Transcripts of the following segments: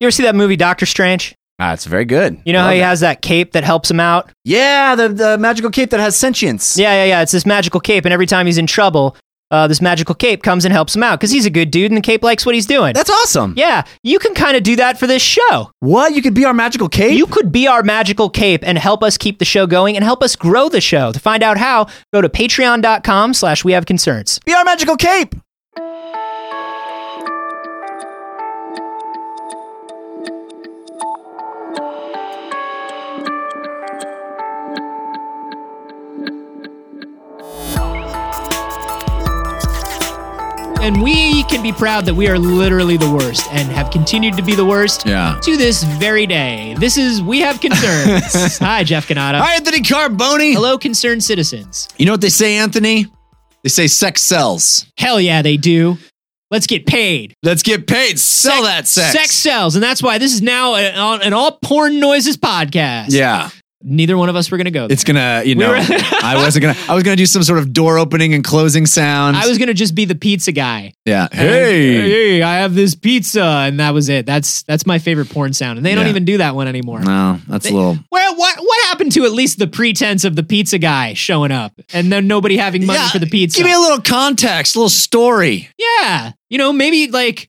You ever see that movie Doctor Strange? Ah, it's very good. You know how Love he that. has that cape that helps him out? Yeah, the, the magical cape that has sentience. Yeah, yeah, yeah. It's this magical cape, and every time he's in trouble, uh, this magical cape comes and helps him out because he's a good dude, and the cape likes what he's doing. That's awesome. yeah, you can kind of do that for this show. What? You could be our magical cape? You could be our magical cape and help us keep the show going and help us grow the show. To find out how, go to patreon.com slash we have concerns. be our magical cape. And we can be proud that we are literally the worst and have continued to be the worst Yeah. to this very day. This is We Have Concerns. Hi, Jeff Canada. Hi, Anthony Carboni. Hello, concerned citizens. You know what they say, Anthony? They say sex sells. Hell yeah, they do. Let's get paid. Let's get paid. Sell that sex. Sex sells, and that's why this is now an, on- an all porn noises podcast. Yeah. Neither one of us were going to go there. It's gonna, you know, were- I wasn't gonna, I was gonna do some sort of door opening and closing sound. I was going to just be the pizza guy. yeah. And, Hey. hey, I have this pizza, and that was it. That's that's my favorite porn sound, and they don't Yeah. even do that one anymore. No, that's a little. Well, what what happened to at least the pretense of the pizza guy showing up and then nobody having money for the pizza? Give me a little context, a little story. yeah, you know, maybe like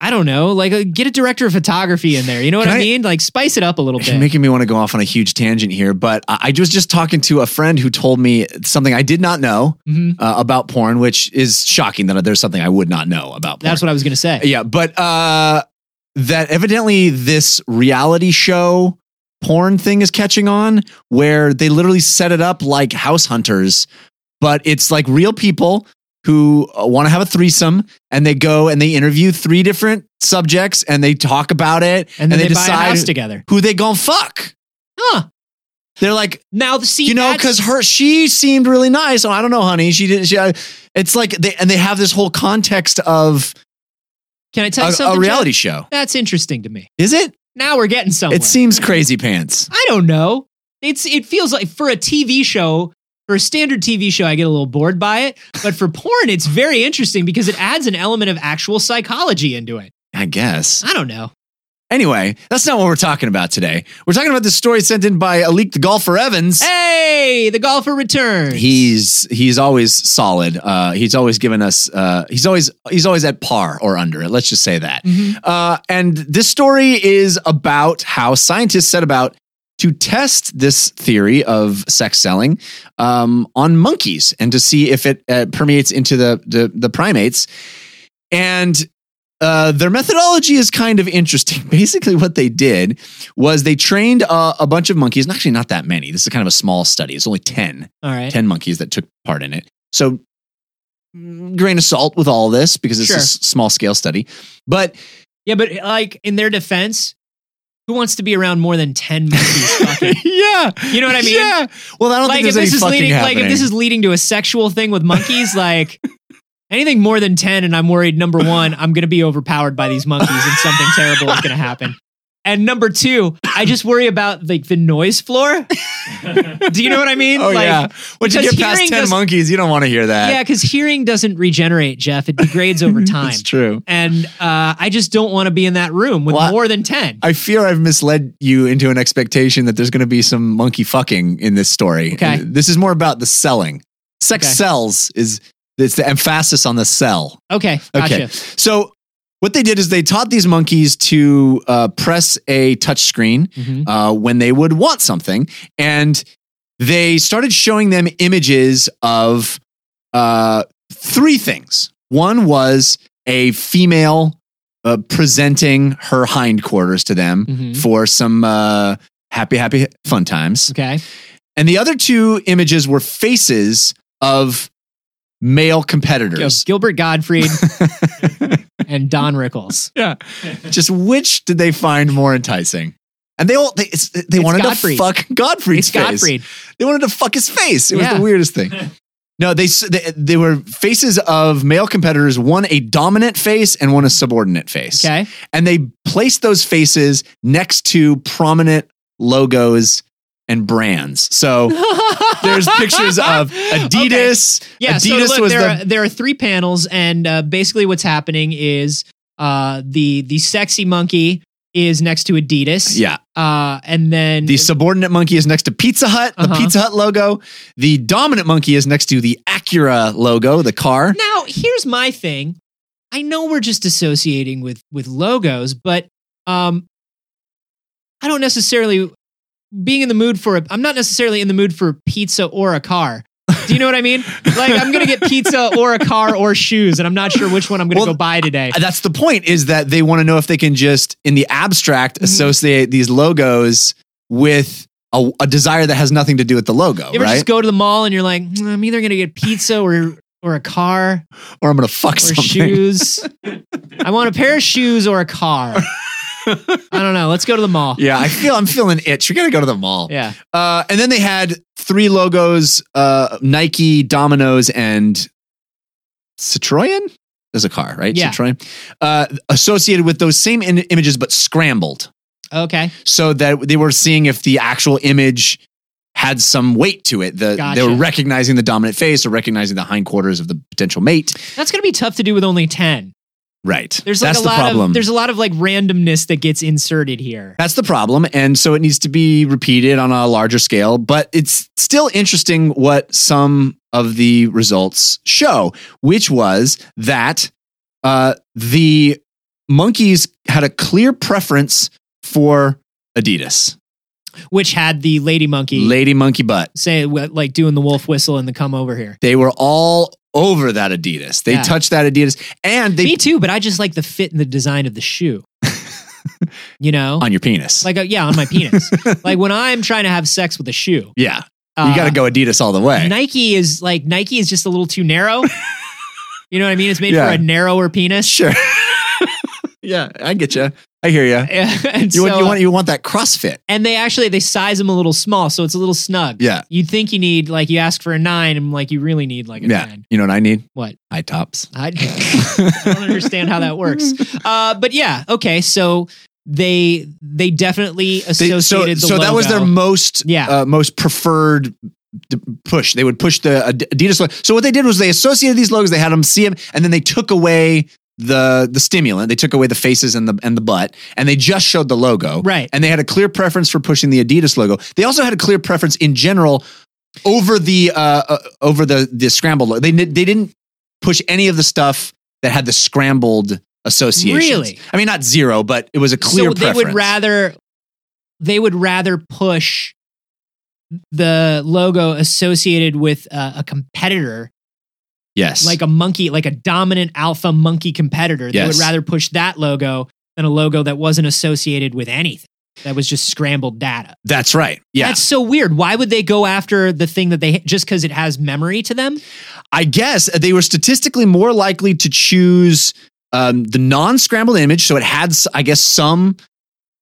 I don't know, like uh, get a director of photography in there. You know what Can I, I- mean? Like spice it up a little You're bit. making me want to go off on a huge tangent here, but I I was just talking to a friend who told me something I did not know Mhm. uh, about porn, which is shocking that there's something I would not know about porn. That's what I was gonna say. yeah, but uh, that evidently this reality show porn thing is catching on where they literally set it up like house hunters, but it's like real people who want to have a threesome and they go and they interview three different subjects and they talk about it And then they, buy a decide house together. who they gonna fuck. Huh. They're like, Now the see you know, that's- because her she seemed really nice. Oh, I don't know, honey. She did. She, uh, it's like they and they have this whole context of can I tell you a, something? a reality Jeff? show. That's interesting to me. Is it? Now we're getting somewhere. It seems crazy pants. I don't know. It's it feels like for a TV show, for a standard TV show, I get a little bored by it. But for porn, it's very interesting because it adds an element of actual psychology into it. I guess. I don't know. Anyway, that's not what we're talking about today. We're talking about this story sent in by Alik the golfer Evans. Hey, the golfer returns. He's he's always solid. Uh, he's always given us. Uh, he's always he's always at par or under it. Let's just say that. Mhm. Uh, and this story is about how scientists set about to test this theory of sex selling um, on monkeys and to see if it uh, permeates into the, the, the primates. And uh, their methodology is kind of interesting. Basically, what they did was they trained uh, a bunch of monkeys, and actually not that many. This is kind of a small study. It's only 10, All right. 10 monkeys that took part in it. So mm, grain of salt with all this because it's Sure. a s- small scale study. But Yeah, but like in their defense, who wants to be around more than ten monkeys? fucking? yeah. You know what I mean? Yeah. Well, I don't Like think if there's any this is fucking leading, happening. like if this is leading to a sexual thing with monkeys, like anything more than ten, and I'm worried. Number one, I'm gonna be overpowered by these monkeys, and something terrible is gonna happen. And number two, I just worry about like the noise floor. Do you know what I mean? oh like, yeah. Once you because get past hearing ten doesn't- monkeys, you don't want to hear that. Yeah, because hearing doesn't regenerate, Jeff. It degrades over time. It's true. and uh, I just don't want to be in that room with Well, I- more than ten. I fear I've misled you into an expectation that there's going to be some monkey fucking in this story. Okay. This is more about the selling. Sex Okay. sells is it's the emphasis on the sell. Okay, gotcha. Okay. So what they did is they taught these monkeys to uh, press a touch screen Mhm. uh, when they would want something. And they started showing them images of uh, three things. One was a female uh, presenting her hindquarters to them Mhm. for some uh, happy, happy fun times. Okay. And the other two images were faces of male Yo, competitors. Gilbert Gottfried and Don Rickles. Yeah. Just which did they find more enticing? And they all they, it's, they wanted Gottfried. to fuck Godfrey's It's face. Gottfried. They wanted to fuck his face. It Yeah. was the weirdest thing. No, they, s- they they were faces of male competitors. One a dominant face and one a subordinate face. Okay. And they placed those faces next to prominent logos and brands. So there's pictures of Okay. Adidas. Yeah. Adidas so look, was there, the are, there are three panels, and uh, basically what's happening is uh, the the sexy monkey is next to Adidas. Yeah. Uh, and then The subordinate monkey is next to Pizza Hut, the Uh-huh. Pizza Hut logo. The dominant monkey is next to the Acura logo, the car. now here's my thing. I know we're just associating with with logos, but um, I don't necessarily being in the mood for a. I'm not necessarily in the mood for pizza or a car. Do you know what I mean? Like I'm gonna get pizza or a car or shoes, and I'm not sure which one I'm gonna Well, go buy today. Uh, That's the point is that they want to know if they can just, in the abstract, Mhm. associate these logos with a, a desire that has nothing to do with the logo, you ever right? just go to the mall and you're like, "Mm, I'm either gonna get pizza or or a car or I'm going to fuck or something. shoes. I want a pair of shoes or a car. I don't know. Let's go to the mall. Yeah, I feel I'm feeling itch. We got to go to the mall. Yeah. Uh, and then they had three logos: uh, Nike, Domino's, and Citroen. There's a car, right? Yeah. Citroen, uh, associated with those same in- images, but scrambled, Okay. so that they were seeing if the actual image had some weight to it. The, They Gotcha. were recognizing the dominant face or recognizing the hindquarters of the potential mate. That's gonna be tough to do with only ten. Right. There's like That's a the lot problem. of there's a lot of like randomness that gets inserted here. That's the problem. And so it needs to be repeated on a larger scale, but it's still interesting what some of the results show, which was that uh, the monkeys had a clear preference for Adidas, Which had the lady monkey Lady Monkey Butt. say wh- like doing the wolf whistle and the come over here. They were all over that Adidas. They Yeah. touched that Adidas and they Me too, but I just like the fit and the design of the shoe. you know, on your penis. like uh, yeah, on my penis. like when I'm trying to have sex with a shoe, uh, yeah, you got to go Adidas all the way. Nike is like Nike is just a little too narrow. you know what I mean? It's made Yeah. for a narrower penis. Sure. yeah, I get you. I hear you. and You, want, so- you want you want that CrossFit. and they actually they size them a little small, so it's a little snug. Yeah. You'd think you need like you ask for a nine, and like you really need like a Yeah. nine. You know what I need? What? High tops. I, I don't understand how that works. Uh, but yeah, okay. So they they definitely They- associated so the so that was their logo. most Yeah. uh, most preferred d- push. They would push the Ad- Adidas logo. So what they did was they associated these logos. They had them see them, and then they took away the the stimulant. They took away the faces and the and the butt, and they just showed the logo. right. And they had a clear preference for pushing the Adidas logo. They also had a clear preference in general over the uh, uh, over the the scrambled. Logo. They ni- they didn't push any of the stuff that had the scrambled associations. Really? I mean, not zero, but it was a clear. so they preference. would rather they would rather push the logo associated with uh, a competitor yes, like a monkey like a dominant alpha monkey competitor they Yes. would rather push that logo than a logo that wasn't associated with anything that was just scrambled data that's right. Yeah, that's so weird why would they go after the thing that they just because it has memory to them I guess they were statistically more likely to choose um, the non-scrambled image, so it had, s- I guess, some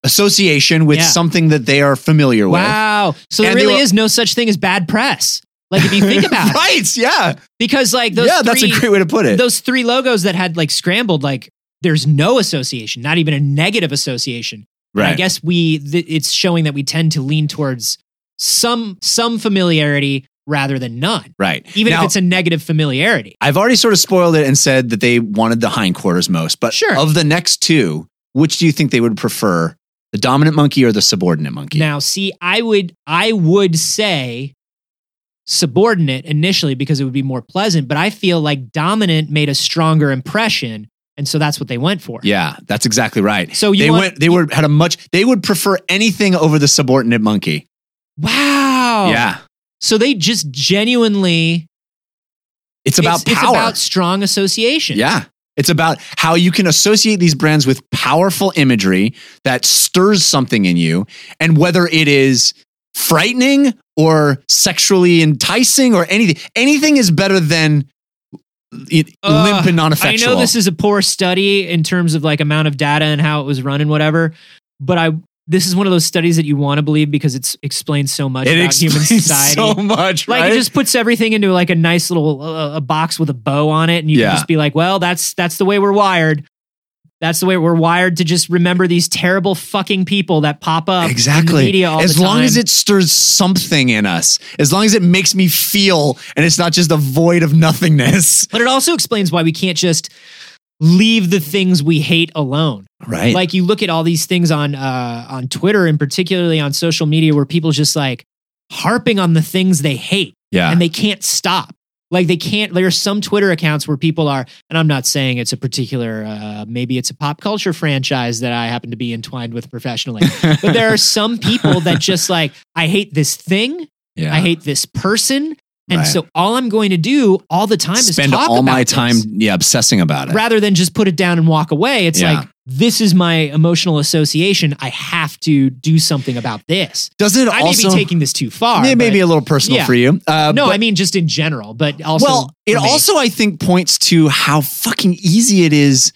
association with Yeah. something that they are familiar wow so And there they really were- is no such thing as bad press like if you think with. about it right? Yeah, because like those yeah, that's a three- great way to put it. those three logos that had like scrambled like there's no association not even a negative association And i guess we th- it's showing that we tend to lean towards some some familiarity rather than none right. even Now, if it's a negative familiarity I've already sort of spoiled it and said that they wanted the hindquarters most, but Sure. of the next two, which do you think they would prefer, the dominant monkey or the subordinate monkey? now see i would i would say subordinate initially because it would be more pleasant but i feel like dominant made a stronger impression and so that's what they went for yeah, that's exactly right. so you they want- went. They were had a much. They would prefer anything over the subordinate monkey. wow Yeah, so they just genuinely it's about it's power. about strong association Yeah. It's about how you can associate these brands with powerful imagery that stirs something in you, and whether it is frightening or sexually enticing or anything, anything is better than it, Ugh, limp and I non-effectual. know this is a poor study in terms of like amount of data and how it was run and whatever, but I this is one of those studies that you want to believe because it's explains so much it about explains human society. so much, like right? it just puts everything into like a nice little uh, a box with a bow on it, and you Yeah. can just be like, well, that's that's the way we're wired. That's the way we're wired to just remember these terrible fucking people that pop up in the exactly. media all As the long time. as it stirs something in us, as long as it makes me feel, and it's not just a void of nothingness. But it also explains why we can't just leave the things we hate alone. Right. Like you look at all these things on uh, on Twitter and particularly on social media where people just like harping on the things they hate yeah. and they can't stop. Like they can't. There are some Twitter accounts where people are, and I'm not saying it's a particular. Uh, maybe it's a pop culture franchise that I happen to be entwined with professionally. But there are some people that just like, I hate this thing. yeah. I hate this person. And Right. so all I'm going to do all the time is spend talk all about my this. time yeah obsessing about it. rather than just put it down and walk away. It's Yeah. like this is my emotional association. I have to do something about this. Doesn't it I may also be taking this too far. may- maybe but- a little personal Yeah. for you? Uh, no, but- I mean just in general, but also well, it for me. also I think points to how fucking easy it is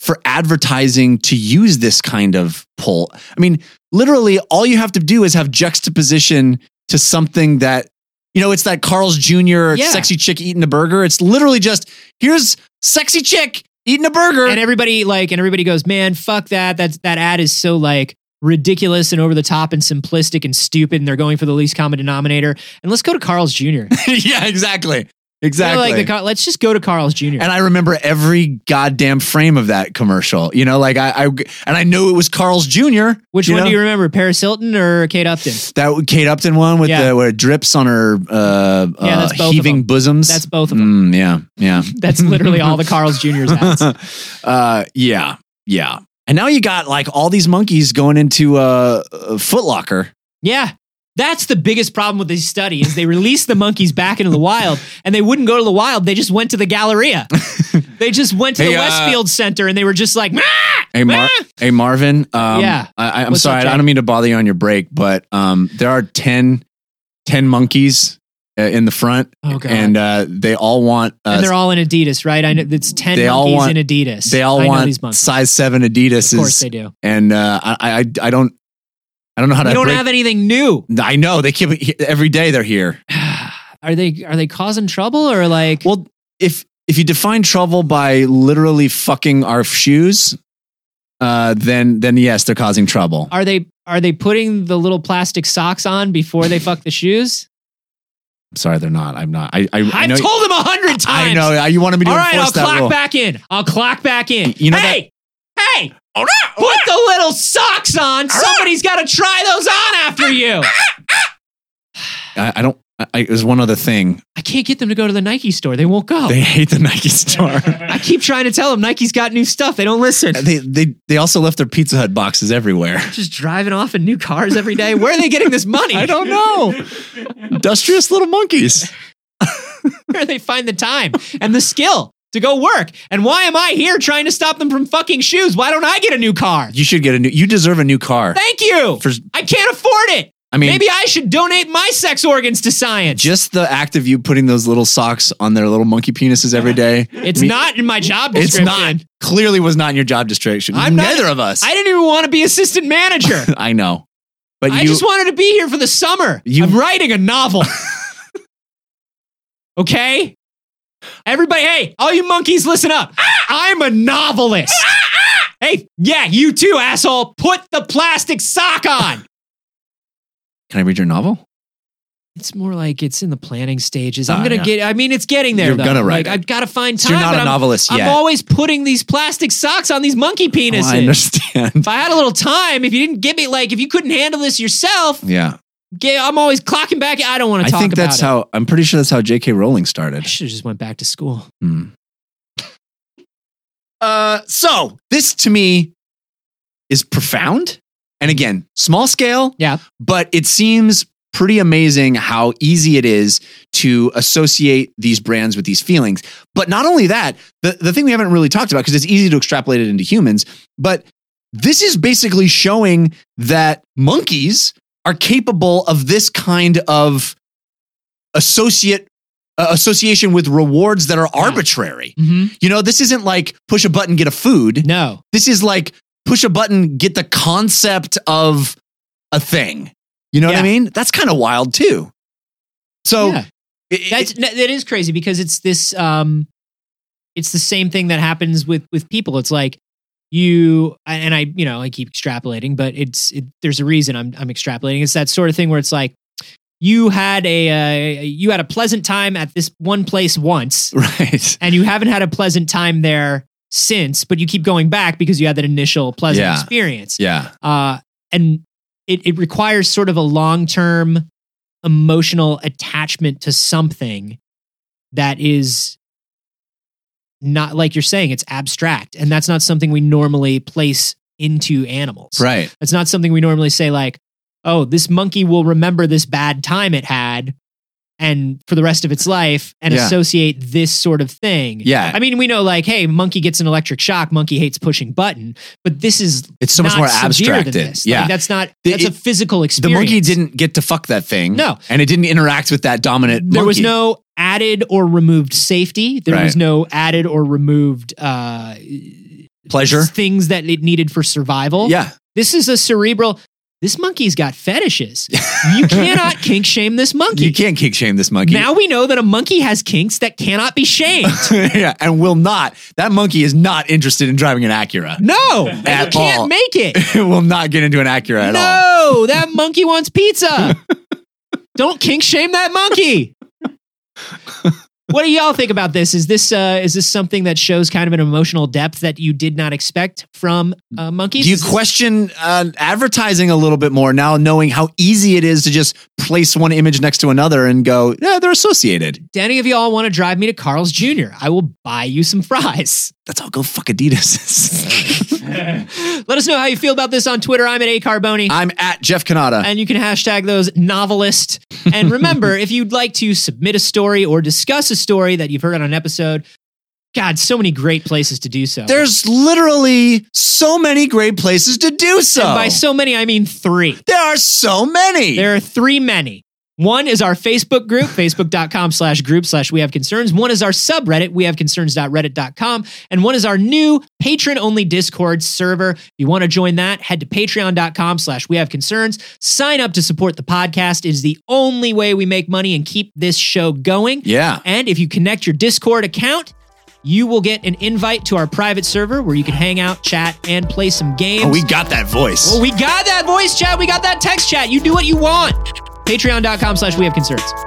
for advertising to use this kind of pull. I mean, literally, all you have to do is have juxtaposition to something that you know. It's that Carl's Jr. Yeah. sexy chick eating a burger. It's literally just here's sexy chick eating a burger. and everybody like and everybody goes, man, fuck that. That's that ad is so like ridiculous and over the top and simplistic and stupid and they're going for the least common denominator. And let's go to Carl's Jr. You know, yeah, exactly, exactly. like the Car- let's just go to Carl's Jr. And I remember every goddamn frame of that commercial. You know, like I, I and I knew it was Carl's Jr. Which one know? do you remember, Paris Hilton or Kate Upton? That Kate Upton one with Yeah. the where it drips on her uh, Yeah, uh that's both of heaving them. bosoms. That's both of them. Mm, yeah, yeah, That's literally all the Carl's Jr.'s ads. uh, yeah, yeah. And now you got like all these monkeys going into uh, a Foot Locker. Yeah. That's the biggest problem with this study is they released the monkeys back into the wild and they wouldn't go to the wild. They just went to the Galleria. they just went to Hey, the uh, Westfield Center and they were just like, "Ah!" Hey, Mar- hey Marvin. Um, Yeah. I, I'm What's up, sorry. Jack? I don't mean to bother you on your break, but um, there are 10, 10 monkeys uh, in the front, oh God. And, and uh, they all want uh, they're all in Adidas, right? I know it's 10 They all monkeys want- in Adidas. they all I know want these monkeys. size seven Of course Adidas, they do. and uh, I, I I don't I don't know how to. We don't break- have anything new. I know they keep every day they're here. Are they are they causing trouble or like Well, if if you define trouble by literally fucking our shoes, uh, then then yes, they're causing trouble. are they are they putting the little plastic socks on before they fuck the shoes? I'm sorry, they're not. I'm not. I I, I, I know. have told them a hundred times. I know. I- You wanted me to All right, I'll enforce that clock rule. back in. I'll clock back in. You know hey, hey, put the little socks on. Somebody's got to try those on after you. I, I don't. I, I, there's one other thing. I can't get them to go to the Nike store. They won't go. They hate the Nike store. I keep trying to tell them Nike's got new stuff. They don't listen. they they they also left their Pizza Hut boxes everywhere. Just driving off in new cars every day. Where are they getting this money? I don't know. Industrious little monkeys. Where do they find the time and the skill to go work? And why am I here trying to stop them from fucking shoes? Why don't I get a new car? You should get a new. You deserve a new car. Thank you. For I can't afford it. I mean, Maybe I should donate my sex organs to science. just the act of you putting those little socks on their little monkey penises every day. It's I mean, not in my job It's description. not. Clearly, was not in your job description. I'm not- e- Neither of us. I didn't even want to be assistant manager. I know, but I you. just wanted to be here for the summer. You- I'm writing a novel. okay? Everybody, hey, all you monkeys, listen up. I'm a novelist. hey, yeah, you too, asshole. Put the plastic sock on. can I read your novel? It's more like it's in the planning stages. Ah, I'm gonna yeah. get. I mean, it's getting there. You're though. gonna Like, write it. I've got to find So time. you're not but a I'm- novelist I'm yet. always putting these plastic socks on these monkey Oh, penises. I if understand. I had a little time, if you didn't give me like if you couldn't handle this yourself, yeah, ga- I'm always clocking back. I don't want I to talk think about that's it. how. I'm pretty sure that's how J.K. Rowling started. I should have just went back to school. Hmm. Uh, so this to me is profound, and again, small scale. Yeah. but it seems pretty amazing how easy it is to associate these brands with these feelings. But not only that, the the thing we haven't really talked about because it's easy to extrapolate it into humans, but this is basically showing that monkeys are capable of this kind of associate uh, association with rewards that are arbitrary. Mm-hmm. You know, this isn't like push a button get a food. No, This is like push a button get the concept of a thing. You know what Yeah. I mean? That's kind of wild too. So Yeah. it- it- that's that is crazy because it's this. Um, it's the same thing that happens with with people. It's like you and I. You know, I keep extrapolating, but it's it, there's a reason I'm I'm extrapolating. It's that sort of thing where it's like you had a uh, you had a pleasant time at this one place once, right. and you haven't had a pleasant time there since, but you keep going back because you had that initial pleasant Yeah. experience. Yeah. Uh, and it, it requires sort of a long term emotional attachment to something that is not like you're saying, it's abstract. And that's not something we normally place into animals. Right. It's not something we normally say like, oh, this monkey will remember this bad time it had and for the rest of its life and Yeah. associate this sort of thing. Yeah. I mean, we know like, hey, monkey gets an electric shock, monkey hates pushing button, but this is It's so much not more severe than abstracted. this. Like, Yeah. that's not The- that's a it- physical the experience. monkey didn't get to fuck that thing. No. And it didn't interact with that dominant There was monkey. no added or removed safety. There was Right. no added or removed uh pleasure. things that it needed for survival. Yeah. This is a cerebral. This monkey's got fetishes. you cannot kink shame this monkey. You can't kick shame this monkey. Now we know that a monkey has kinks that cannot be shamed. yeah. And will not. That monkey is not interested in driving an Acura. No, and At you can't all. make it. it will not get into an Acura at all. No, that monkey wants pizza. Don't kink shame that monkey. What do y'all think about this? Is this uh, is this something that shows kind of an emotional depth that you did not expect from uh, monkeys? Do you Is this- question uh, advertising a little bit more now, knowing how easy it is to just place one image next to another and go, yeah, they're associated. Do any of y'all want to drive me to Carl's Jr.? I will buy you some fries. That's all. Go fuck Adidas. Let us know how you feel about this on Twitter. I'm at A Carboni. I'm at Jeff Canada. and you can hashtag those novelist. And remember, if you'd like to submit a story or discuss a story that you've heard on an episode, God, so many great places to do so. There's literally so many great places to do so. and by so many, I mean three. there are so many. There are three many. One is our Facebook group, facebook.com slash group slash we have concerns. One is our subreddit, we have concerns.reddit.com. And one is our new patron only Discord server. If you want to join that, head to patreon.com slash we have concerns. Sign up to support the podcast. It is the only way we make money and keep this show going. yeah. And if you connect your Discord account, you will get an invite to our private server where you can hang out, chat, and play some games. Oh, we got that voice. Well, we got that voice chat. We got that text chat. You do what you want. Patreon.com slash we have concerns.